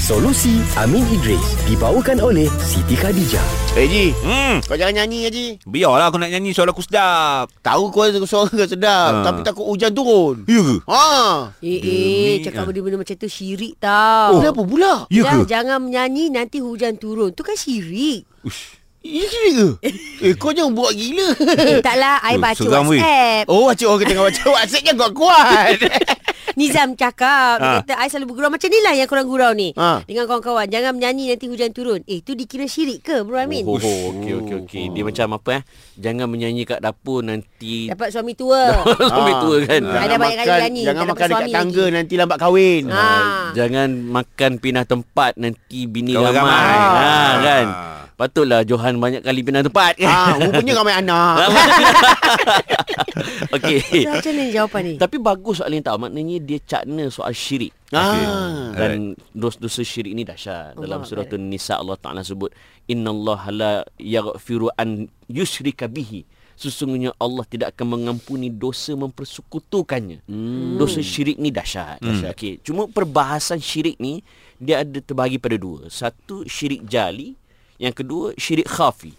Solusi Amin Idris dibawakan oleh Siti Khadijah. Eh Ji Hmm, Kau jangan nyanyi ya Ji biarlah aku nak nyanyi suara aku sedap. Tahu kau suara kau sedap Ha. Tapi takut hujan turun Ya ke? Ha Eh, eh, Demi cakap ah. benda-benda macam tu syirik oh. tau. Kenapa pula? Ya ke? Dah, jangan menyanyi nanti hujan turun. Tu kan syirik. Ush. Ya sini ke? eh kau jangan buat gila eh, taklah, I Eh, baca seram, weh. WhatsApp. Oh acik orang tengah baca WhatsApp je kuat-kuat Nizam cakap, Ah. ha. dia kata, I selalu bergurau. Macam ni lah yang korang gurau ni. Ah. Dengan kawan-kawan. Jangan menyanyi nanti hujan turun. Eh, tu dikira syirik ke, Bro Amin? Oh, oh okey okey okey. Dia macam apa eh? Jangan menyanyi kat dapur nanti Dapat suami tua. sampai tua kan. Ah. Ada banyak kali Jangan nyanyi, tak dapat makan dekat suami tangga lagi. Nanti lambat kahwin Ah. Ah, Jangan makan pindah tempat nanti bini Kawan ramai. ramai. Ha Ah. kan. Patutlah Johan banyak kali pindah tempat kan. Ah, rupanya ramai anak. Ha. So, okey. macam mana jawapan ni? Tapi bagus soalan tau. Maknanya dia cakna soal syirik. Ah. Dan dos-dosa syirik ni dahsyat. Allah Dalam surah An-Nisa Allah Taala sebut innallaha la yaghfiru an yushrika bihi. Sesungguhnya Allah tidak akan mengampuni dosa mempersekutukannya. Hmm. Dosa syirik ni dahsyat. dahsyat. Okey, cuma perbahasan syirik ni dia ada terbahagi pada dua. Satu syirik jali, yang kedua syirik khafi.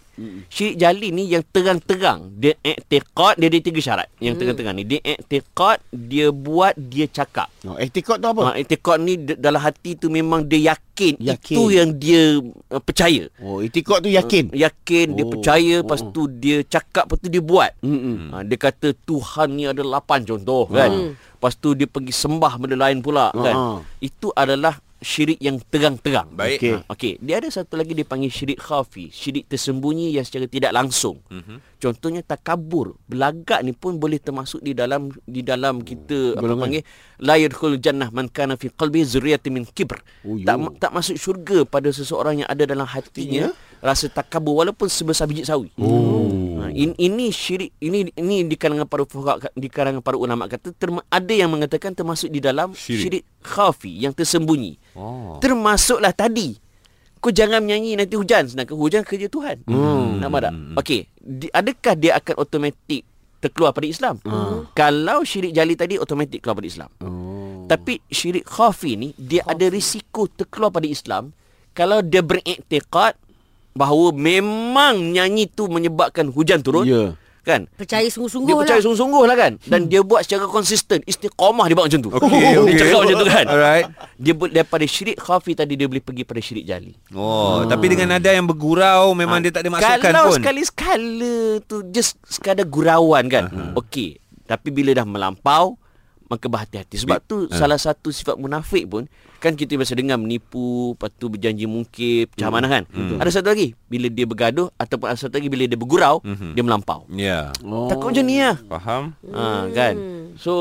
Syirik jali ni yang terang-terang dia i'tiqad dia ada tiga syarat. Yang terang-terang ni dia i'tiqad, dia buat, dia cakap. Oh, etikot tu apa? Ha, etikot ni d- dalam hati tu memang dia yakin, Yakin. yakin. itu yang dia uh, percaya. Oh, etikot tu yakin. Yakin, dia Oh. percaya, lepas tu dia cakap, lepas tu dia buat. Mm-mm. Mm. Ha, dia kata Tuhan ni ada lapan contoh kan. Lepas tu dia pergi sembah benda lain pula kan. Ha. Itu adalah syirik yang terang-terang. Baik. Okey. Ha, Okey, dia ada satu lagi dia panggil syirik khafi, syirik tersembunyi yang secara tidak langsung. Mm-hmm. Mhm. Contohnya takabur, belagak ni pun boleh termasuk di dalam di dalam kita apa Golongan. panggil la yadkhul jannah man kana fi qalbi zurriyatin min kibr. Oh, yo. tak ma- tak masuk syurga pada seseorang yang ada dalam hatinya rasa takabur walaupun sebesar biji sawi. Oh. Ha, in, ini syirik ini ini di kalangan para fuqaha di kalangan para ulama kata terma, ada yang mengatakan termasuk di dalam Syirik. syirik, syirik khafi yang tersembunyi. Oh. Termasuklah tadi. Kau jangan menyanyi nanti hujan sedangkan hujan kerja Tuhan. Hmm. Nampak tak? Okey, di- adakah dia akan automatik terkeluar pada Islam? Hmm. Kalau syirik jali tadi automatik keluar pada Islam. Hmm. Oh. Tapi syirik khafi ni dia ada risiko terkeluar pada Islam kalau dia beriktikad bahawa memang nyanyi tu menyebabkan hujan turun. Ya. Kan? Percaya Dia sungguh-sungguh lah. percaya sungguh-sungguh lah kan Dan dia buat secara konsisten Istiqamah dia buat macam tu Hmm. Okey, Dia okey. cakap macam tu kan Alright. Dia boleh daripada syirik khafi tadi Dia boleh pergi pada syirik jali Oh, tapi dengan nada yang bergurau memang Ah, dia tak ada masukan Hmm. Kalau pun. sekali-sekala tu Just sekadar gurauan kan Okey Tapi bila dah melampau Maka berhati-hati Sebab tu Ah. salah satu sifat munafik pun Kan kita biasa dengar menipu Lepas tu berjanji mungkin Macam Hmm. mana kan Ada satu lagi Bila dia bergaduh Ataupun ada satu lagi Bila dia bergurau Hmm. Dia melampau Ya. Oh. Hmm. Takut macam ni lah Faham? Ha, kan So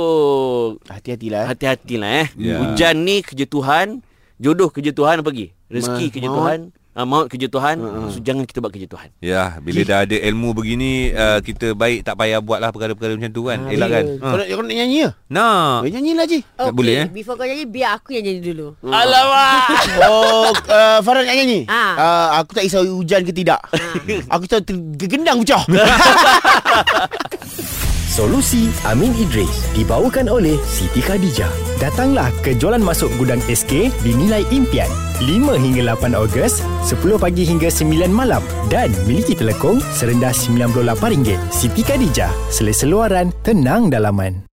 Hati-hatilah. eh. Hati-hatilah eh Ya. yeah. Hujan ni kerja Tuhan Jodoh kerja Tuhan pergi Rezeki Ma- kerja maut. Ha, Tuhan uh, Maut kerja Tuhan uh-huh. So jangan kita buat kerja Tuhan Ya, bila dah ada ilmu begini uh, kita baik tak payah buatlah perkara-perkara macam tu Ah, kan. Elakkan. Kau nak, kau nak nyanyi ya? Nah. Eh, nyanyilah Ji. Tak boleh, eh? Before kau nyanyi, biar aku yang nyanyi dulu. Alamak Hmm. Oh, uh, Farah nak nyanyi? Ha. Uh, aku tak risau hujan ke tidak. aku tahu tergendang pecah. Solusi Amin Idris dibawakan oleh Siti Khadijah. Datanglah ke jualan masuk gudang SK dinilai impian 5 hingga 8 Ogos 10 pagi hingga 9 malam dan miliki telekong serendah RM98. Siti Khadijah, selesa luaran, tenang dalaman.